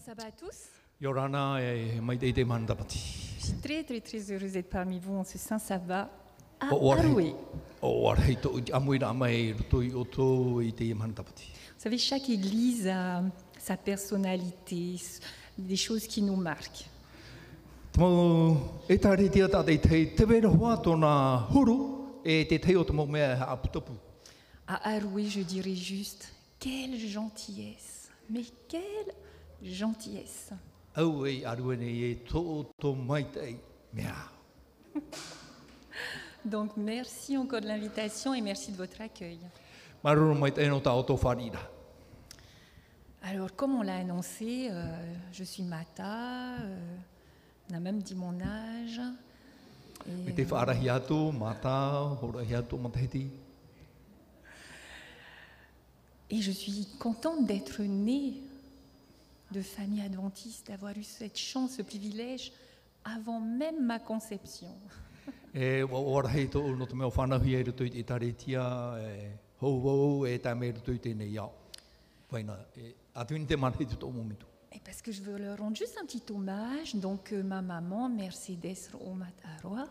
sabbat à tous. Yorana e maidei mandapati. Je suis très très très heureuse d'être parmi vous en ce saint sabbat à Oh, ouais. Haroué. O arhei to amuira mai rutoi o tō i te mandapati. Vous savez, chaque église a sa personnalité, s- des choses qui nous marquent. Tamo e tā rei tia tātei tei te wera hoa tōna huru e te tei o tamo mea ha aputapu. À Haroué, Ah, je dirais juste quelle gentillesse, mais quelle gentillesse. Au e aruene e tō o tō maitei mea. Donc merci encore de l'invitation et merci de votre accueil. Maruru maitei no tā o tō wharira. Alors comme on l'a annoncé, euh, je suis Mata, euh, on a même dit mon âge. Me Et- te whaarahi atu, mātā, horahi atu, matahiti. Et je suis contente d'être née de famille adventiste, d'avoir eu cette chance, ce privilège, avant même ma conception. E wa o arhei tō no te mea whanahui e rutoi i tā rei tia e hou wau e tā mea rutoi tēnei au. Whaina, e, atuini te marhei tu tō momitu. Et parce que je veux leur rendre juste un petit hommage, donc euh, ma maman, Mercedes Romat Aroa,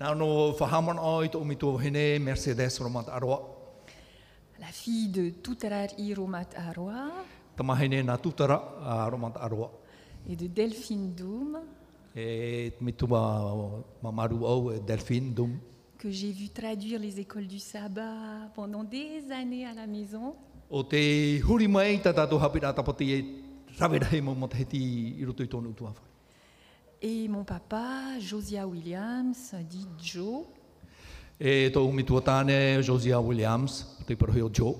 Nā no whahaman ai tō mitu o hene, Mercedes Romat Aroa. la fille de Tutarari Romat Aroa Tama hene nā tūtara a Romat Aroa. et de Delphine Doum, E mitu ma, ma maru au e Delphine Dum. que j'ai vu traduire les écoles du sabbat pendant des années à la maison. O te huri mai tā tātou hapira tapati e rawerahe mo matahiti i rutoi tōnu utu hawhai. Et mon papa, Josia Williams, dit Joe, E tō umitua tāne, Josiah Williams, te parahoi o Joe.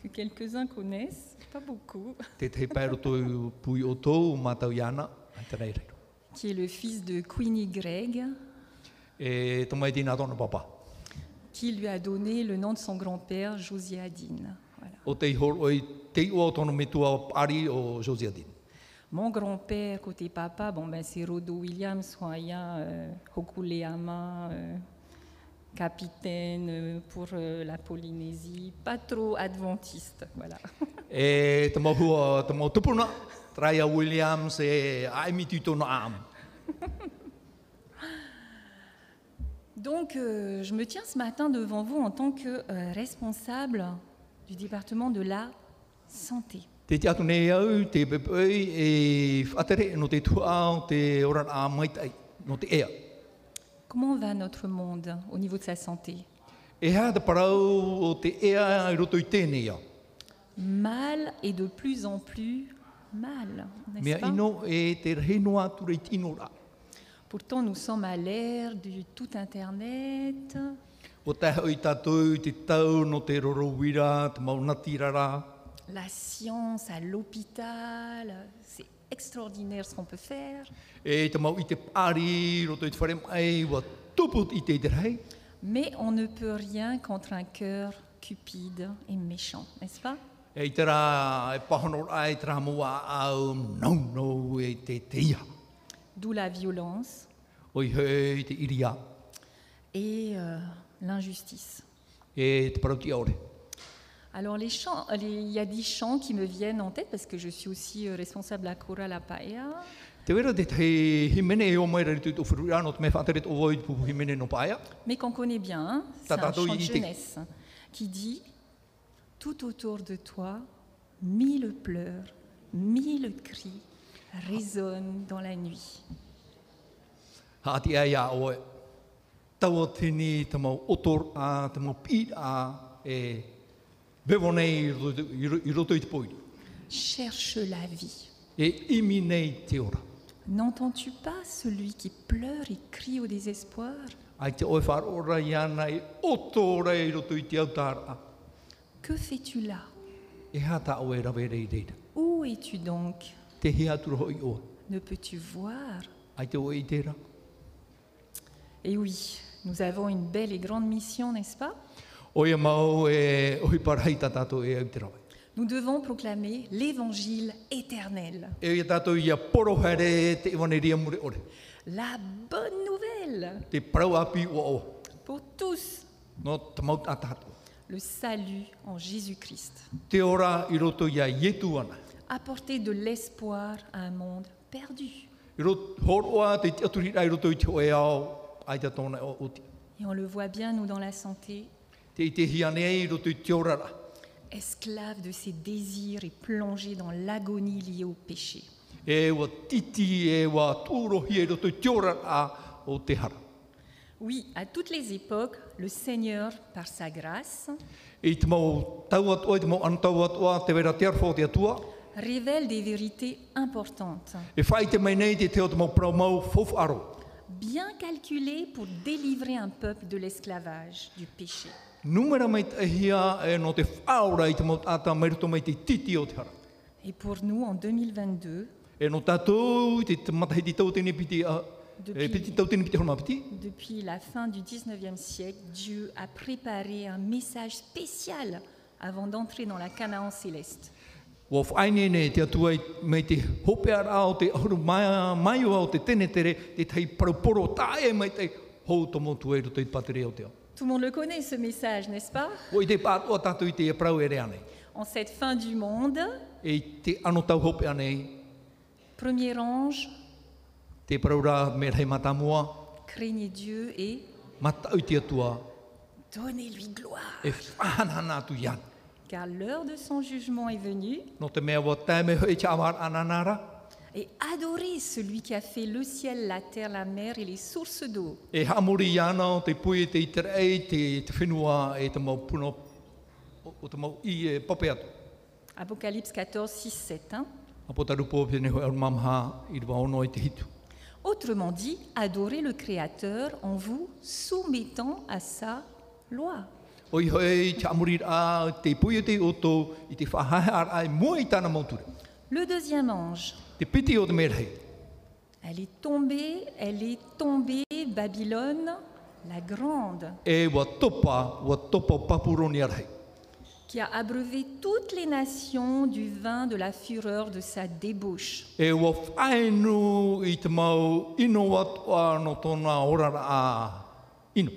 que quelques-uns connaissent, pas beaucoup, Te te paero tō pui o tō, mātau iana, ai tēnei reiro. qui est le fils de Queenie Gregg, E tō mai tīnā tōna papa. qui lui a donné le nom de son grand-père, Josiah Dean. Voilà. O te hor oi, te ua o tōna mitua ari o Josiah Dean. Mon grand-père, côté papa, bon ben, c'est Rodo Williams, Soya, euh, Hokulehama, euh, capitaine euh, pour euh, la Polynésie, pas trop adventiste. Voilà. E te mahua, te mau tupuna, Raya Williams e aemiti tōna aam. Donc, euh, je me tiens ce matin devant vous en tant que euh, responsable du département de la santé. Te te atu nei au, te pepei, e whatere no te tua au, te oran a maitai, no te ea. Comment va notre monde au niveau de sa santé E hea te parau o te ea i roto i tēnei au. mal et de plus en plus mal, n'est-ce Mea pas ino e te rehinoa ture i tino rā. Pourtant, nous sommes à l'ère du tout Internet, O te hau i tātou, te tau no te rorowira, te maunati rara. la science à l'hôpital. C'est extraordinaire ce qu'on peut faire. E te mau i te pāri, roto i te whare mai, wa tuput i te rei. Mais on ne peut rien contre un cœur cupide et méchant, n'est-ce pas E i te rā, e pahono rā, e te rā mua au, nau nau e te teia. D'où la violence O i hei te iria, et euh, l'injustice. e te parauti aore. Alors les chants, euh, les- il y a dix chants qui me viennent en tête parce que je suis aussi euh, responsable à Coral à Paea. Te wera te te himene e o mai rari tui tō whirura, no te mea whāteret o voi pupu himene no paia. mais qu'on connaît bien, hein, c'est un Tatato chant de Yiti. jeunesse, hein, qui dit « Tout autour de toi, mille pleurs, mille cris résonnent dans la nuit. Hāti ai a oe. Taua tini, te mau otor a, te mau pīt a, e bewo nei i roto- i ro- i roto i te poiri. Cherche la vie. E imi nei te ora. N'entends-tu pas celui qui pleure et crie au désespoir Ai te oe whāra ora i ana e otora i roto i te autara. Que fais-tu là E hata oe rawe rei reira. Où es-tu donc Te hea tura hoi oa. Ne peux-tu voir ?» Ai te oe i te ra. Et oui, nous avons une belle et grande mission, n'est-ce pas Oe mau e ohi parhai tā tātou e au te rawe. Nous devons proclamer l'évangile éternel, E oe tātou i a porohere te iwaneria mure ore. la bonne nouvelle Te parau api o o. pour tous No te mau tā tātou. le salut en Jésus-Christ. Te ora i roto i a ietu ana. apporter de l'espoir à un monde perdu. I ro horoa te aturi rai roto i te oe ao, ai te tōna o oti. Et on le voit bien, nous, dans la santé, Te i te hianei roto i te orara. esclave de ses désirs et plongé dans l'agonie liée au péché. E ua titi, e ua tūrohi e roto i te orara a o te hara. Oui, à toutes les époques, le Seigneur, par sa grâce, E I te mau tau atua, i te mau antau atua, te vera te arfo te atua. révèle des vérités importantes, E whai te mai nei te teo te mau prau mau fofu aro. bien calculées pour délivrer un peuple de l'esclavage, du péché. Numera mai te ahia e no te whaora i te mau tata mai roto mai te titi o te hara. Et pour nous, en 2022, E no tātou, i te te matahi te tau tēne piti, a, Depuis- e piti tau tēne piti horma piti. depuis la fin du 19e siècle, Dieu a préparé un message spécial avant d'entrer dans la Canaan céleste. Wa whaine ne te atua i mei te hope ara o te ahuru mai, mai o te tene tere, te tei paruporo tae mai te hou tomo tuei roto i patere o te au. Tout le monde le connaît, ce message, n'est-ce pas O i te pātua tātou i te e prau e rea nei. En cette fin du monde, E i te ano tau hope anei, premier ange, te prau rā me rei matamua, craignez Dieu et matau i te atua, donnez-lui gloire. e whanana atu ian. Car l'heure de son jugement est venue No te mea wa tae me hoi cha awar ananara, et adorez celui qui a fait le ciel, la terre, la mer et les sources d'eau. e hamuri iana o te pui te iterei, te, te whenua e te mau puno, o, o te mau i e pape atu. Apocalypse 14, 6, 7. hein. Apo tarupo pene hoi arumamha i rwa ono i te hitu. Autrement dit, adorez le Créateur en vous soumettant à sa loi. Oi hoi te amuri a te pui te oto i te whahae ar ai mua i tāna mauture. Le deuxième ange, Te piti o te merhei. elle est tombée, elle est tombée, Babylone, la grande, E wa topa, wa topa o papuroni arhei. qui a abreuvé toutes les nations du vin de la fureur de sa débauche. E wa whaenu i te mau ino atua no tōna orara a ino.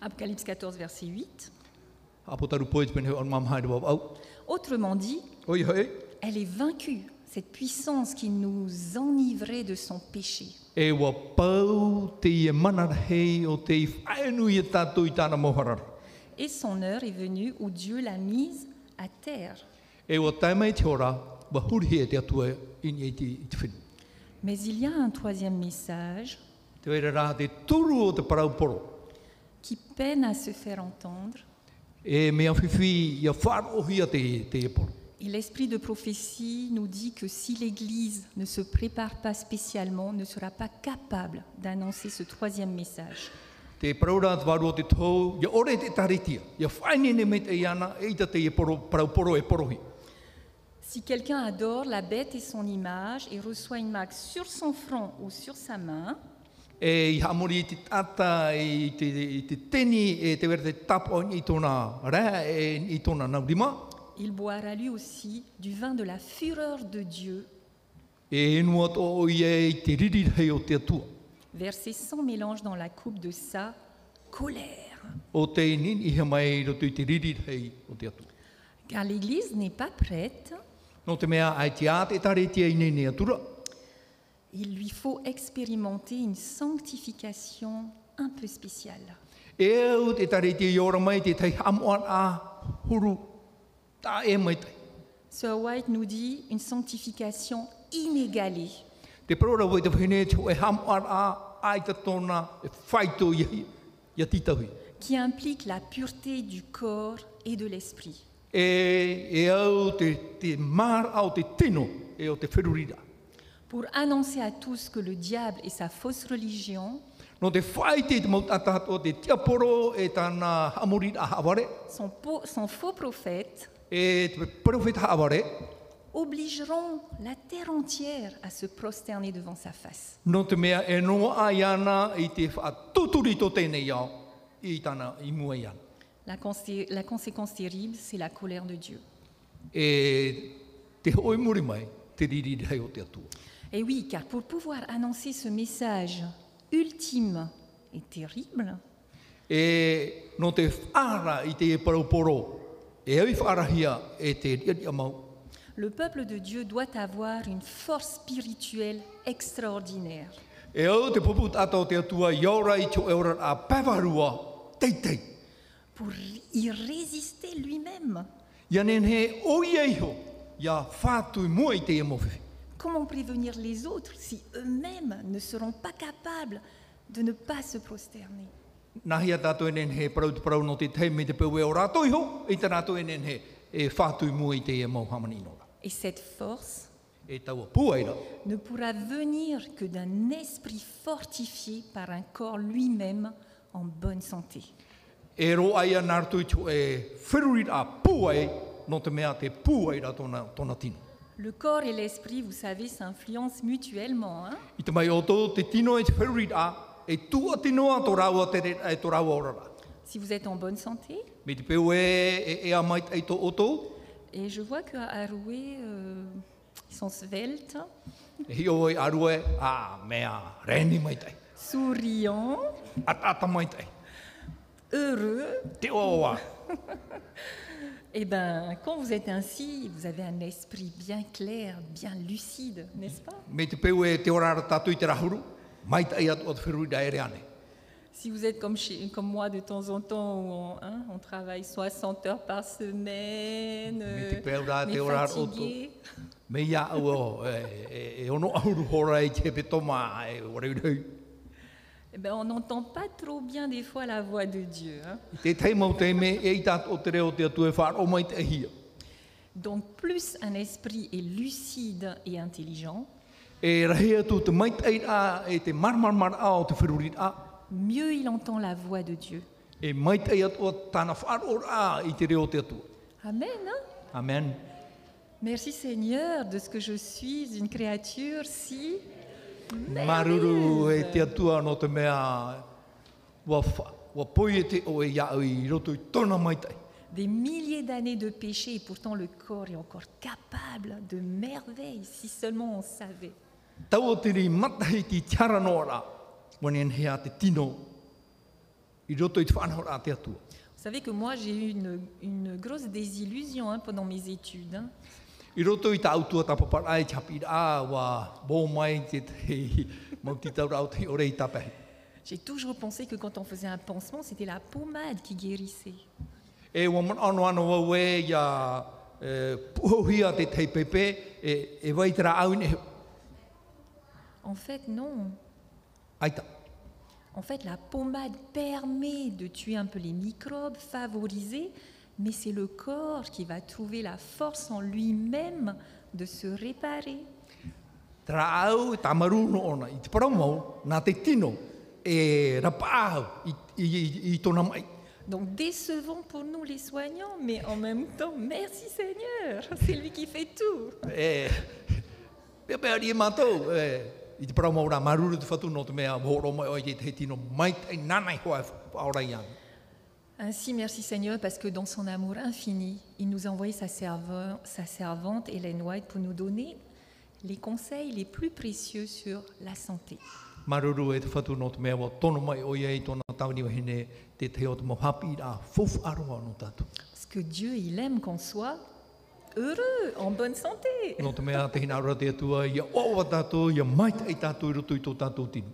Apocalypse 14, verset 8. Apo tarupo i te pene hoi arumamha i rwa au. Autrement dit, Oi hoi. elle est vaincue, cette puissance qui nous enivrait de son péché. E wa pau te ia manar hei o te i whaenu i a tātou i tāna moharara. Et son heure est venue où Dieu l'a mise à terre. E wa taimei te ora, wa huri e te atua i ni i te, i te whinu. Mais il y a un troisième message Te wera rā te turu o te parauporo. qui peine à se faire entendre. E mea whiwhi ia wharohi a te, te e poro. Et l'esprit de prophétie nous dit que si l'Église ne se prépare pas spécialement, ne sera pas capable d'annoncer ce troisième message. Te paraura te waru o te tau, ia ore te taritia, ia whainene me te iana, e ita te e poro, parauporo e porohi. Si quelqu'un adore la bête et son image et reçoit une marque sur son front ou sur sa main, E i hamori i te tata, i te, i te teni, e te wera te tapo i tōna rea, e i tōna naurima. il boira lui aussi du vin de la fureur de Dieu, E enua tō o i e i te riri hei o te atua. versé sans mélange dans la coupe de sa colère. O te nin i he mai roto i te riri hei o te atua. Car l'Église n'est pas prête, No te mea ai te ate tare tia i nei nei atura. il lui faut expérimenter une sanctification un peu spéciale. E au te tare tia i ora mai te tai hamuan a huru. Tā e mai tai. Sir White nous dit une sanctification inégalée, Te prora wei te whine te e hamuan a ai te tōna e whaito i hi. Ia titahui. qui implique la pureté du corps et de l'esprit. E, e au te, te mar au te tino e o te whirurira. Pour annoncer à tous que le diable et sa fausse religion No te whaite te mautata o te tiaporo e tāna hamurira haware. son, po- son faux prophète e te profeta avare obligeront la terre entière à se prosterner devant sa face. no te mea e noa ai ana i te whaatuturi tō tēnei iau i tāna i mua i ana. La, consé- la conséquence terrible, c'est la colère de Dieu. E te hoi muri mai te riri rei o te atua. Et Eh oui, car pour pouvoir annoncer ce message ultime et terrible, E no te whaara i te e paroporo e au whaarahia e te riari amau le peuple de Dieu doit avoir une force spirituelle extraordinaire. E au te pupu tātou te atua, iora i tō eora a pavarua, teitei. pour y résister lui-même. Ia nen he oieiho, ia whātui mua i te e emofi. Comment prévenir les autres si eux-mêmes ne seront pas capables de ne pas se prosterner Nā hia tātou e nen he parau te parau no te tei me te peu e o rātou iho, i tā rātou e nen he e whātui mua i te emau hamani nora. Et cette force E taua puaira, ne pourra venir que d'un esprit fortifié par un corps lui-même en bonne santé. e ro aia nār tui tō e whirurira puai, no te mea te puaira tōna, tōna tino. Le corps et l'esprit, vous savez, s'influencent mutuellement. hein. I te mai o tō te tino e te whirurira, e tua tinoa tō rāua te re, e tō rāua orara. si vous êtes en bonne santé, Me te peu e, e, e a mai tei tō o tō, et je vois qu'à Aroué, euh, ils sont sveltes, e hi oi arue, a mea reni mai tei, souriants, atata mai tei, heureux, te oa oa. Eh bien, quand vous êtes ainsi, vous avez un esprit bien clair, bien lucide, n'est-ce pas Me te peu e te orara tātou i te rahuru, mai tei atu o te whirurira e reane. Si vous êtes comme, chez- comme moi de temps en temps, où on, hein, on travaille 60 heures par semaine, Mais t'es euh, pas là, mais t'es au là, fatigué, Me ia au o, e, e, e ono ahuru hora i te pe toma, e wareurei. eh ben, on n'entend pas trop bien des fois la voix de Dieu. hein. I te tei mau te me, e i tātou o te reo te atu e whāro mai te hia. Donc plus un esprit est lucide et intelligent, E rahi atu te mai tei a, e te marmarmar a o te whirurit a, mieux il entend la voix de Dieu. e mai tei atu o tāna whāro a i te reo te atu. Amen. hein Amen. Merci Seigneur de ce que je suis une créature si Maruru e merveilleuse. te atua no te mea, wa, wha- wa poi e te o e iau i roto i tōna mai tei. Des milliers d'années de péché et pourtant le corps est encore capable de merveilles si seulement on savait. Tau o te ri matahi ki tiara no ara, wanen hea te tino, i roto i te whanahora te atua. Vous savez que moi j'ai eu une, une grosse désillusion hein, pendant mes études. hein. I roto i tā autua tā papara ai chapi rā, wā bō mai te te mautitau rau te ore i tāpehi. J'ai toujours pensé que quand on faisait un pansement, c'était la pommade qui guérissait. E wā man anu anu wau e ia e, puhohia te tei pepe, e, e wai tera au ne En fait, non. aita. En fait, la pommade permet de tuer un peu les microbes, favoriser, mais c'est le corps qui va trouver la force en lui-même de se réparer. Tera au e tā maru no ona, i te paramau, nā te tino, e rapa au i, i, i, i tōna mai. Donc décevant pour nous les soignants, mais en même temps, merci Seigneur, c'est lui qui fait tout. E, pia pia rie mātou, e, i te paramau rā maruru te whatu no te mea, wōro mai oi te tei tino, mai tei nānai hoa e whaorai anu. Ainsi, merci Seigneur, parce que dans son amour infini, il nous a envoyé sa, serve- sa servante Hélène White pour nous donner les conseils les plus précieux sur la santé. Maruru e te whatu no te mea wā tono mai o iei tōna tāuni wahine te te o te mawhapi rā fofu aroa no tātou. Parce que Dieu, il aime qu'on soit heureux, en bonne santé. No te mea te hina aroa te atua, ia owa tātou, ia mai te tātou i roto i tō tātou tino.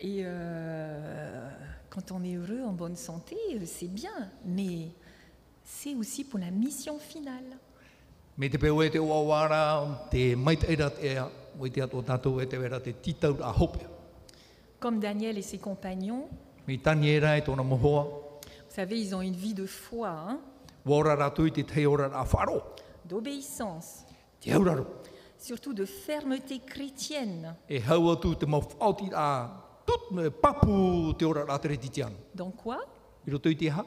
Et euh, quand on est heureux, en bonne santé, euh, c'est bien, mais c'est aussi pour la mission finale. Me te peo e te oa wāra, te mai te eira te ea, o i te atua tātou e te wera te titau a hope. Comme Daniel et ses compagnons, Me tani e rā e tōna mohoa, Vous savez, ils ont une vie de foi, hein, wāra rātou i te te ora rā wharo, d'obéissance, te auraro. surtout de fermeté chrétienne. E hau atu te mau whaoti rā, tut me papu te ora rā te reti tiana. Dans quoi I roto i te ha,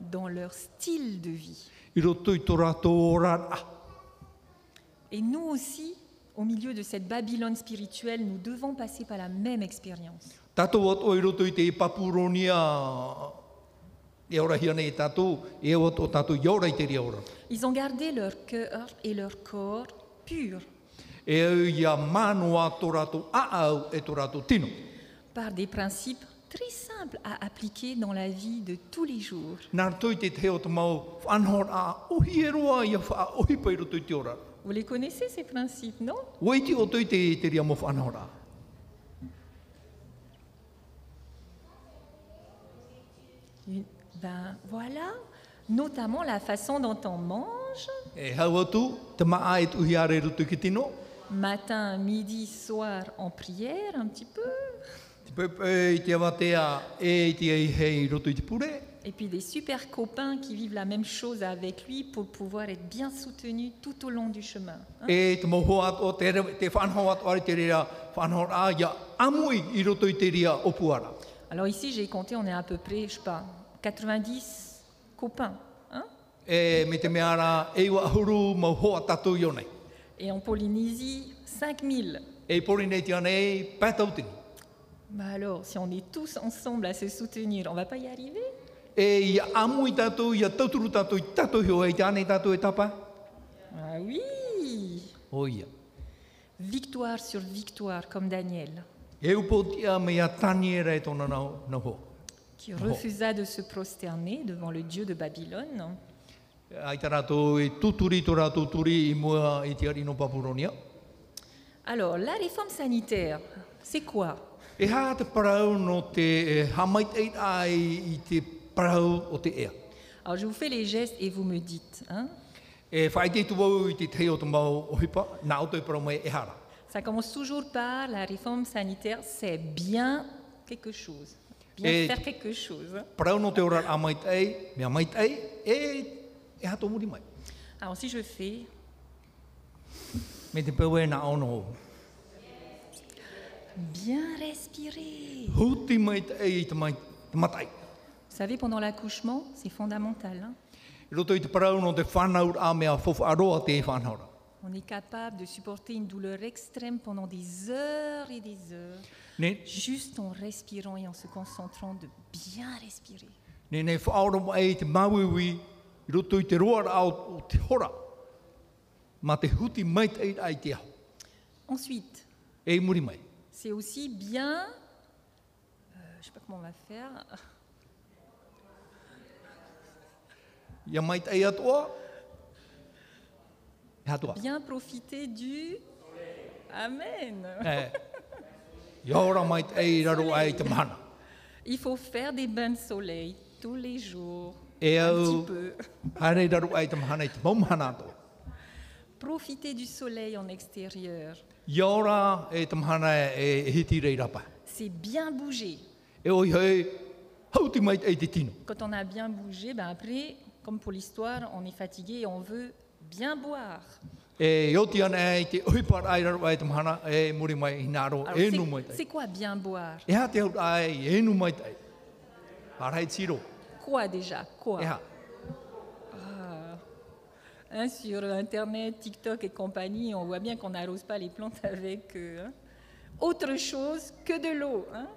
Dans leur style de vie. i roto i tō rātou ora rā. Et nous aussi, au milieu de cette Babylone spirituelle, nous devons passer par la même expérience. Tātou ato i roto i te papuronia e ora hia nei tātou, e ato tātou i ora i te rea ora. Ils ont gardé leur cœur et leur corps purs E au ia mānoa tō rātou aau e tō rātou tino. par des principes très simples à appliquer dans la vie de tous les jours. Nā rā tui te teo te mau whanhor a ohi e roa i a wha ohi pai roto i te ora. Vous les connaissez ces principes, non Wei ti o tui te, te ria mo whanhor a. Une- Ben voilà, notamment la façon dont on mange, E hau atu, te maa e tuhi are roto ki tino. matin, midi, soir en prière un petit peu, Te pepe i te awatea e i te ei hei roto i te pure. et puis des super copains qui vivent la même chose avec lui pour pouvoir être bien soutenus tout au long du chemin. hein. E te moho ato, te, re- te whanhor ato are te ria whanhor a ia amui i roto i te ria opuara. Alors ici j'ai compté, on est à peu près, je sais pas, 90 copains. hein. E me te mea rā, e ua ahuru mau hoa tatu i o nei. et en Polynésie, 5000. E pori nei te anei, pētautini. Bah alors, si on est tous ensemble à se soutenir, on va pas y arriver E ia amui tatu, ia tauturu tatu, i tatu hio e te anei tatu e tapa. Ah oui O ia. Victoire sur victoire, comme Daniel, E upotia me ia tani e rei tōna nau, nau ho. qui refusa de se prosterner devant le dieu de Babylone. Ai tā rātou e tuturi tō rātou turi i mua i te arino Papuronia. Alors, la réforme sanitaire, c'est quoi E hā te parau no te e, hamait eit ai i te parau o te ea. Alors, je vous fais les gestes et vous me dites. hein. E whai te tuau i te tei o te mau o hipa, nā o te parau mai e hara. Ça commence toujours par la réforme sanitaire, c'est bien quelque chose. Bien Et- faire quelque chose. Parau no te ora a mait ei, mea mait ei, e, e hā tō muri mai. Alors, si je fais Me te pau e nā ono o. bien respirer. Huti mait ei i te, mai, te matai. Vous savez, pendant l'accouchement, c'est fondamental. hein. I roto i te parau no te whanaur a mea fofa aroa te e whanaura. On est capable de supporter une douleur extrême pendant des heures et des heures, Ne, juste en respirant et en se concentrant de bien respirer. ne, ne whaoro mai te mauiwi, i roto i te roa rā o o te hora. Ma te huti mait ei ai te aho. Ensuite, E muri mai. c'est aussi bien... euh, je ne sais pas comment on va faire. Ia mai te atoa. E hatoa. Bien profiter du... Amen. E. Ia ora mai te ei raro ai te mana. Il faut faire des bains de soleil tous les jours. Et un euh, petit peu. Haere raro ai te mahana i te maumahana atoa. Profiter du soleil en extérieur. Ia ora e te mahana e e hiti rei rapa. C'est bien bouger. E oi hei, hauti mai te ei te tino. Quand on a bien bougé, ben après, comme pour l'histoire, on est fatigué et on veut bien boire. E ioti ana ai te oipar ai raro ai te mahana e muri mai i naro Alors, e c'est- nu mai te. c'est quoi bien boire E ha te haut ai e nu mai te. Harai tiro. Quoi déjà Quoi E ha. Hein, Sur Internet, TikTok et compagnie, on voit bien qu'on n'arrose pas les plantes avec euh, hein. autre chose que de l'eau. hein.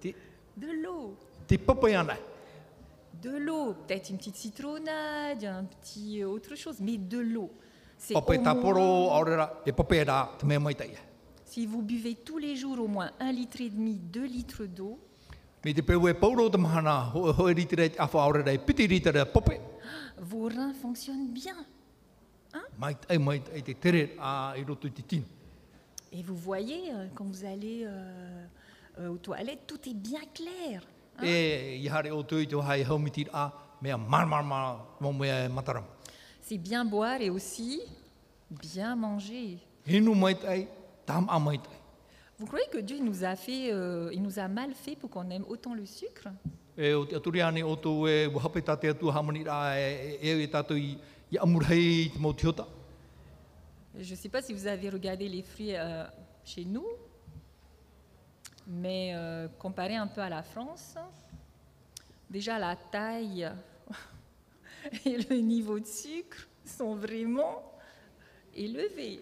Te, de l'eau. te papai ana. De l'eau. Peut-être une petite citronnade, un petit euh, autre chose, mais de l'eau. C'est Papai au taporo moins- aurera e papai rā te mea mai te. Si vous buvez tous les jours au moins un litre et demi, deux litres d'eau, Me te peu e pauro te mahana ho ho rite rei te afa aurera e piti rite rei papai. vos reins fonctionnent bien. Mai te mai te te tere a i roto i te tino. Et vous voyez, euh, quand vous allez euh, euh, aux toilettes, tout est bien clair. hein. E i hare o tui te hai haumiti a mea marmarmara mo mea matarama. C'est bien boire et aussi bien manger. E nu mai te tam a mai te. Vous croyez que Dieu nous a fait, euh, il nous a mal fait pour qu'on aime autant le sucre E o te aturi ane o tō e wahape tate atu hamani rā e e e e tātou i, i amurhei te mautiota. Je ne sais pas si vous avez regardé les fruits euh, chez nous, mais euh, comparé un peu à la France, déjà la taille et le niveau de sucre sont vraiment élevés.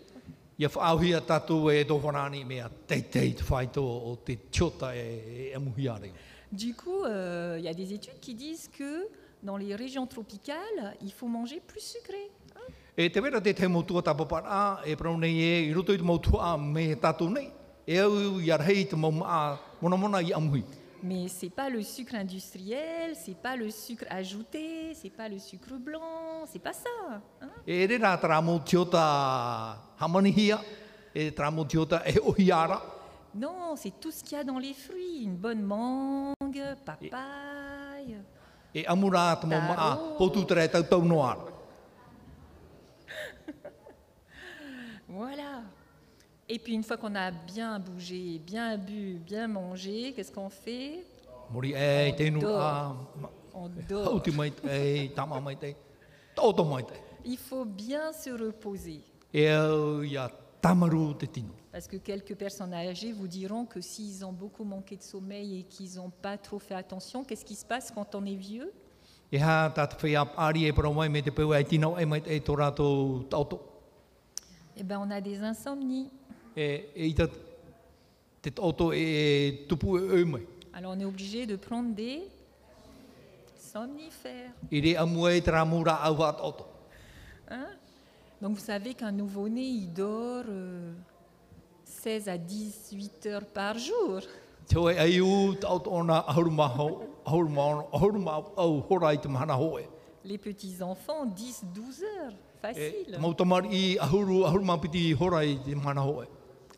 Ia whaauhia tātou e tō whanani mea teitei te whaito o te tiota e, e amuhiare. Du coup, euh, il y a des études qui disent que dans les régions tropicales, il faut manger plus sucré. E te wera te te motua tā papara e parau nei e i roto i te mautua me tātou nei. E au i arhei te mauma mona mona i amuhi. Mais c'est pas le sucre industriel, c'est pas le sucre ajouté, c'est pas le sucre blanc, c'est pas ça. hein. E re rā tramotiota hamanihia, e tramotiota e ohiara, Non, c'est tout ce qu'il y a dans les fruits. Une bonne mangue, papaye. e amurā tamo maa Taro. hotu tere tau tau noara. Voilà. Et puis une fois qu'on a bien bougé, bien bu, bien mangé, qu'est-ce qu'on fait Mori e, tēnu a, On dort. hauti mai te, e, tama mai te, tōto mai te. Il faut bien se reposer. E au ia tamaru te tino. Parce que quelques personnes âgées vous diront que s'ils ont beaucoup manqué de sommeil et qu'ils n'ont pas trop fait attention, qu'est-ce qui se passe quand on est vieux E hā tātou whia pāri e para mai me te peu ai tino e mai te e tō rātou tauto. Eh bien, on a des insomnies. E, e i tā te tauto e, e tupu e au mai. Alors, on est obligé de prendre des somnifères. I re amua e tera mūra au hā tauto. hein. Donc, vous savez qu'un nouveau-né, il dort euh, 16 à 18 heures par jour. Te oe ai u tauto ona ahuru maho, ahuru maho, ahuru maho, au hora i te e. mahana hoe. Les petits-enfants, 10, 12 heures. E, Facile. mautamari i ahuru, ahuru mapiti i hora i te e. mahana hoe.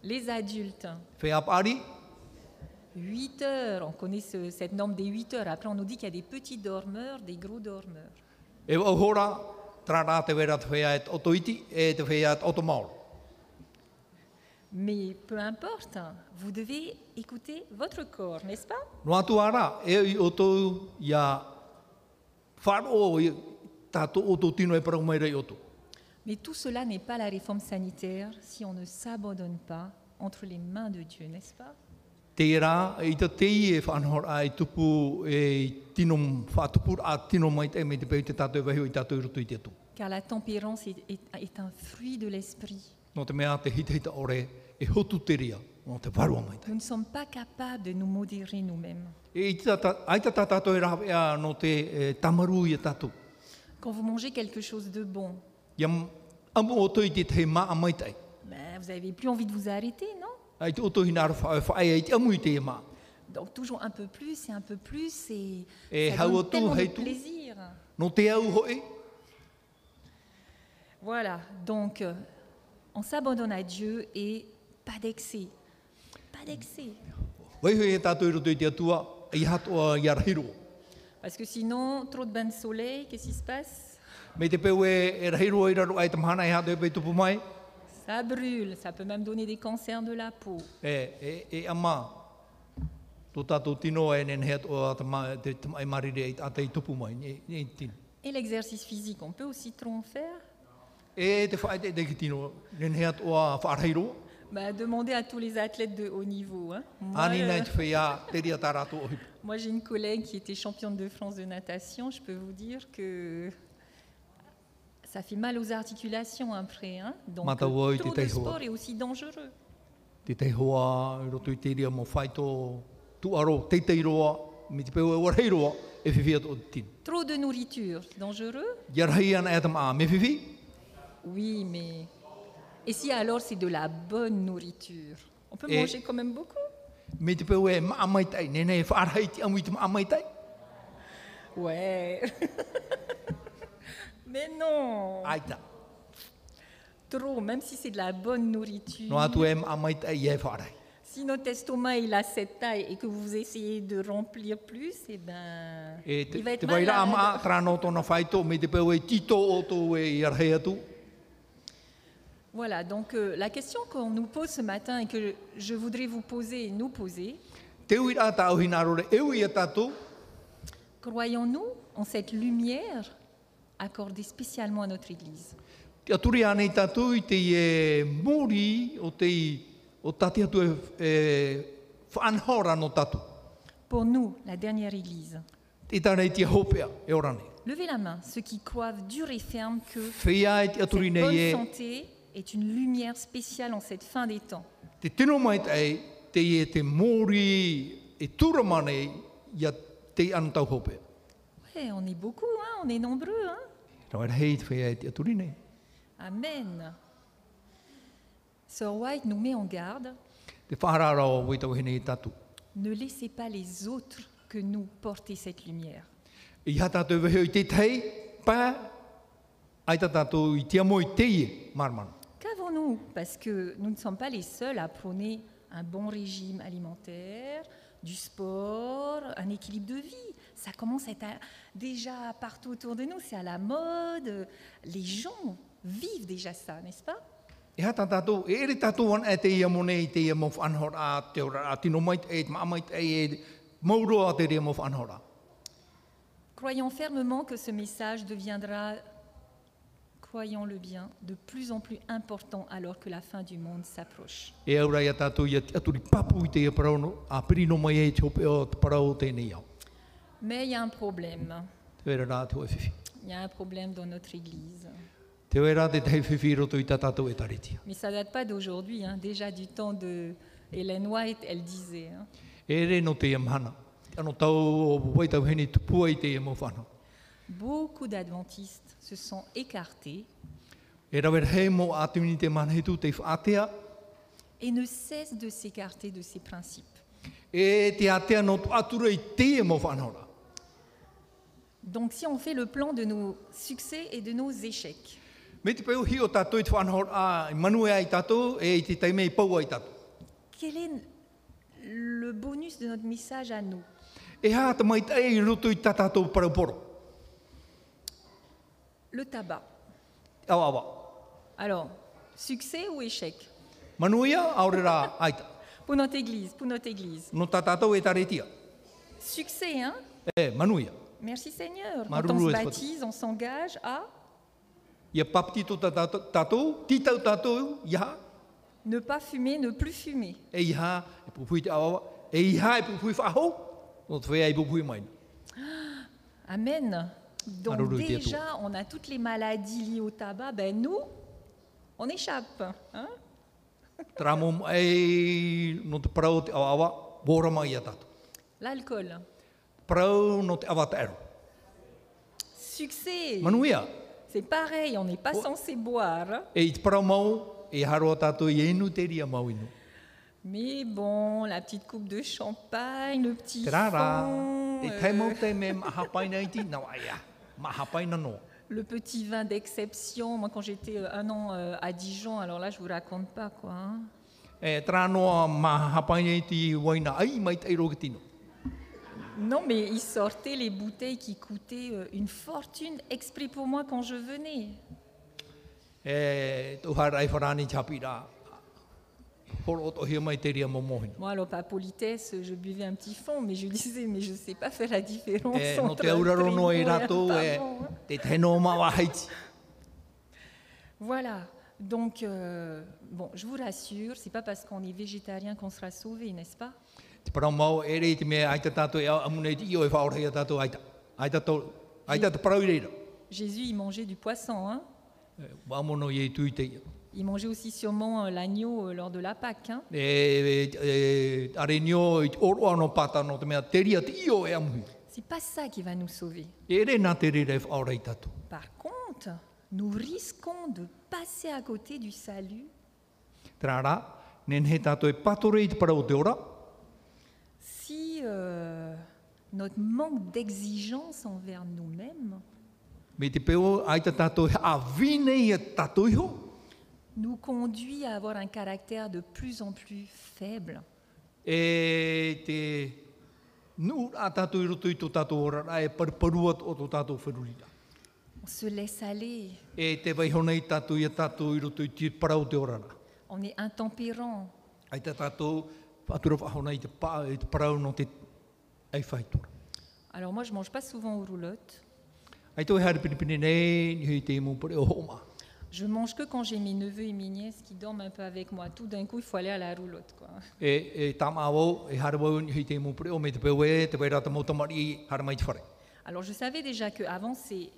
Les adultes, Whia pāri, 8 heures. On connaît ce- cette norme des 8 heures. Après, on nous dit qu'il y a des petits dormeurs, des gros dormeurs. E wau hora, tra rā te wera te whea e te oto iti, e te whea e te oto maoro. Mais peu importe, vous devez écouter votre corps, n'est-ce pas No atu ara, e i oto ia wharo i tātou oto tino e parau mai rei oto. Mais tout cela n'est pas la réforme sanitaire si on ne s'abandonne pas entre les mains de Dieu, n'est-ce pas Te rā, e i te tei e whanhor ai tupu e tino, whātupu a tino mai te me te peu te tātou e wahio i tātou i roto i te atu. Car la tempérance est, est- est un fruit de l'esprit. No te mea te hita hita ore, e hotu te ria, no te parua mai te. Nous ne sommes pas capables de nous modérer nous-mêmes. E i te tata- ai te tātou e rā ea no te e, tamaru i e tātou. Quand vous mangez quelque chose de bon, Ia m- amu oto i te te maa mai te. ben, vous n'avez plus envie de vous arrêter, non Ai te oto hina ara whae ai te amu i te e mā. Donc toujours un peu plus et un peu plus et, Et ça how donne to tellement de hate to- plaisir. No te au hoi, Voilà, donc euh, on s'abandonne à Dieu et pas d'excès. Pas d'excès. wai hoi e tātou i roto i te atua, i hatoa i arahiro. Parce que sinon, trop de bains de soleil, qu'est-ce qui se passe Me te peu e, e rahiro i raro ai te mahana i hato e pei tupu mai, Ça brûle, ça peut même donner des cancers de la peau. e, e, e ama, tō tātou tino e nen hea tō te, ma, te, te mai marire i tātei tupu mai, ne, ne tino. Et l'exercice physique, on peut aussi trop en faire E te whae te teki tino, nen hea tō a whaarahiro, bah, Demandez à tous les athlètes de haut niveau. hein. Moi, ani euh, nei te whea te ria tā rātou ohi. moi, j'ai une collègue qui était championne de France de natation. Je peux vous dire que ça fait mal aux articulations après. hein. Donc, Mata euh, woi, trop t'étais de woi. sport est aussi dangereux. Te te hoa, i roto i te ria mō whai tō tuaro, te te roa, me te peu e warai roa, e whiwhia tō tino. Trop de nourriture, c'est dangereux Ia rahi ana e tama a me whiwhi, Oui, mais... Et si alors c'est de la bonne nourriture On peut Et- manger quand même beaucoup me te peu e maa mai tai, nene e whaarai te amui te maa mai tai. Ouais. Mais non. Ai ta, Trop, même si c'est de la bonne nourriture. no atu e maa mai tai i e whaarai. Si notre estomac il a cette taille et que vous essayez de remplir plus, eh ben, E il te, va être te waira a maa malade. trano tōna whai tō, me te peu e tito o tō e ia rahi atu. Voilà, donc euh, la question qu'on nous pose ce matin et que je, je voudrais vous poser et nous poser, Te ui rā tā uhi nā rore, e ui e tātou, croyons-nous en cette lumière accordée spécialement à notre Église te aturi anei tātou i te e mōri o te i, o tāti atu e, e whanhora no tātou. Pour nous, la dernière Église, I tāne i te hopea, e orane. levez la main, ceux qui croivent dur et ferme que Whia e te aturi Cette nei bonne e, santé est une lumière spéciale en cette fin des temps. Te tino mai tai, te i e te mōri e tūra mane ia te anu tau hope. Ouais, on est beaucoup, hein, on est nombreux. hein. Rau era hei te whea e te aturi nei. Amen. Sir White nous met en garde. Te whahara rau wei tau hene i tatu. Ne laissez pas les autres que nous porter cette lumière. Iha tātou wehe i te tei, pā, ai tā tātou i te amo i te ie, marmana. Qu'avons-nous Parce que nous ne sommes pas les seuls à prôner un bon régime alimentaire, du sport, un équilibre de vie. Ça commence à être à- déjà partout autour de nous, c'est à la mode. Les gens vivent déjà ça, n'est-ce pas Iha tā tātou, e ere tātou an e te ia mo nei, te ia mo whanhora a, te ora a, tino mai te e, te maa mai te e, e, mauroa te rea mo whanhora. Croyons fermement que ce message deviendra, croyons-le bien, de plus en plus important alors que la fin du monde s'approche. E aura ia tātou ia te aturi papu i te ia parauno, a piri no mai e te ope o te parau tēnei au. Mais il y a un problème. Te wera rā te oe whiwhi. Il y a un problème dans notre Église. Te wera te tei whiwhi roto i tā tātou e taritia. Mais ça date pas d'aujourd'hui, hein, déjà du temps de Hélène White, elle disait. hein. E re no te ia mahana. Ano tau o waitau heni tupua i te ia mo whanhora. Beaucoup d'adventistes se sont écartés E rawera hei mo ātumini te manhitu te whaatea, et ne cessent de s'écarter de ces principes. e te atea no tu atura i te e mo whanhora. Donc si on fait le plan de nos succès et de nos échecs, Me te peo hi o tātou i te whanhora a manue ai tātou e i te teime i paua ai tātou. quel est le bonus de notre message à nous E hā te mai tae i roto i tā tātou parauporo. Le tabac. Au awa. Alors, succès ou échec Manuia aurera aita. Pour notre Église, pour notre Église. No tā tātou e taretia. Succès, hein E, manuia. Merci Seigneur. Quand Marou on se Rouet, baptise, on s'engage à Ia paptito tā tātou, tātou, titau tātou, iha, ne pas fumer, ne plus fumer. e iha, e pupui te awawa, e iha e pupui whahau, no te whea i pupui mai. Amen. Marou Donc Rouet, déjà, on a toutes les maladies liées au tabac. Ben nous, on échappe. hein. Tramo ai, no te parau te awawa, bora mai ia tātou. L'alcool. Parau no te awa te ero. Succès. Manuia, C'est pareil, on n'est pas Oh. censé boire. E i te parau mau, e haroa tātou i enu te ria mau inu. Mais bon, la petite coupe de champagne, le petit Te rara, fond, te euh, taimau te me mahapaina i ti, nau aia, mahapaina no. le petit vin d'exception. Moi, quand j'étais euh, un an euh, à Dijon, alors là, je vous raconte pas quoi. hein. E tera noa mahapaina i ti waina ai mai te iro ki tino. Non, mais ils sortaient les bouteilles qui coûtaient euh, une fortune exprès pour moi quand je venais. E tau harai wharani chapira, horo o tohia mai te ria mau mohina. Moi, alors, par politesse, je buvais un petit fond, mais je disais, mais je ne sais pas faire la différence. E no entre te un auraro primo no i et un rato, e parent, hein. te teno mawa haiti. Voilà. Donc, euh, bon, je vous rassure, c'est pas parce qu'on est végétarien qu'on sera sauvé, n'est-ce pas Te parau mau e rei te mea aita tātou e au amune i ti i o e whaorhea tātou aita. Aita tau, aita te parau i reira. Jésus, il mangeait du poisson, hein E, Wamono i e tui te ia. Il mangeait aussi sûrement euh, l'agneau euh, lors de la Pâque, hein e, e, are nio i oro ano pata no te mea teria te io e amuhi. C'est pas ça qui va nous sauver. E re nā te rere whaora i tatu. Par contre, nous risquons de passer à côté du salut Tērā rā, nen he tātou e patore i te parau te ora, si euh, notre manque d'exigence envers nous-mêmes me te peo aita tātou he a vine i e tātou iho, nous conduit à avoir un caractère de plus en plus faible. e te nu a tātou i roto i tō tātou ora, rā, e parparua o tō tātou whanurira. On se laisse aller, E te waihona i tātou i a tātou i roto i te parau te ora. rā. on est intempérant, Aita tātou atura whahona i te, pa, i te parau no te ei whaitora. Alors moi, je mange pas souvent aux roulottes. Ai tō hara pinipini nei, ni hui te mūpare o homa. Je mange que quand j'ai mes neveux et mes nièces qui dorment un peu avec moi. Tout d'un coup, il faut aller à la roulotte. Quoi. E, e tāma wau, e hara wau, ni hui te mūpare o me te pewe, te wera te mautamari, hara mai te whare. Alors je savais déjà qu'avant, c'est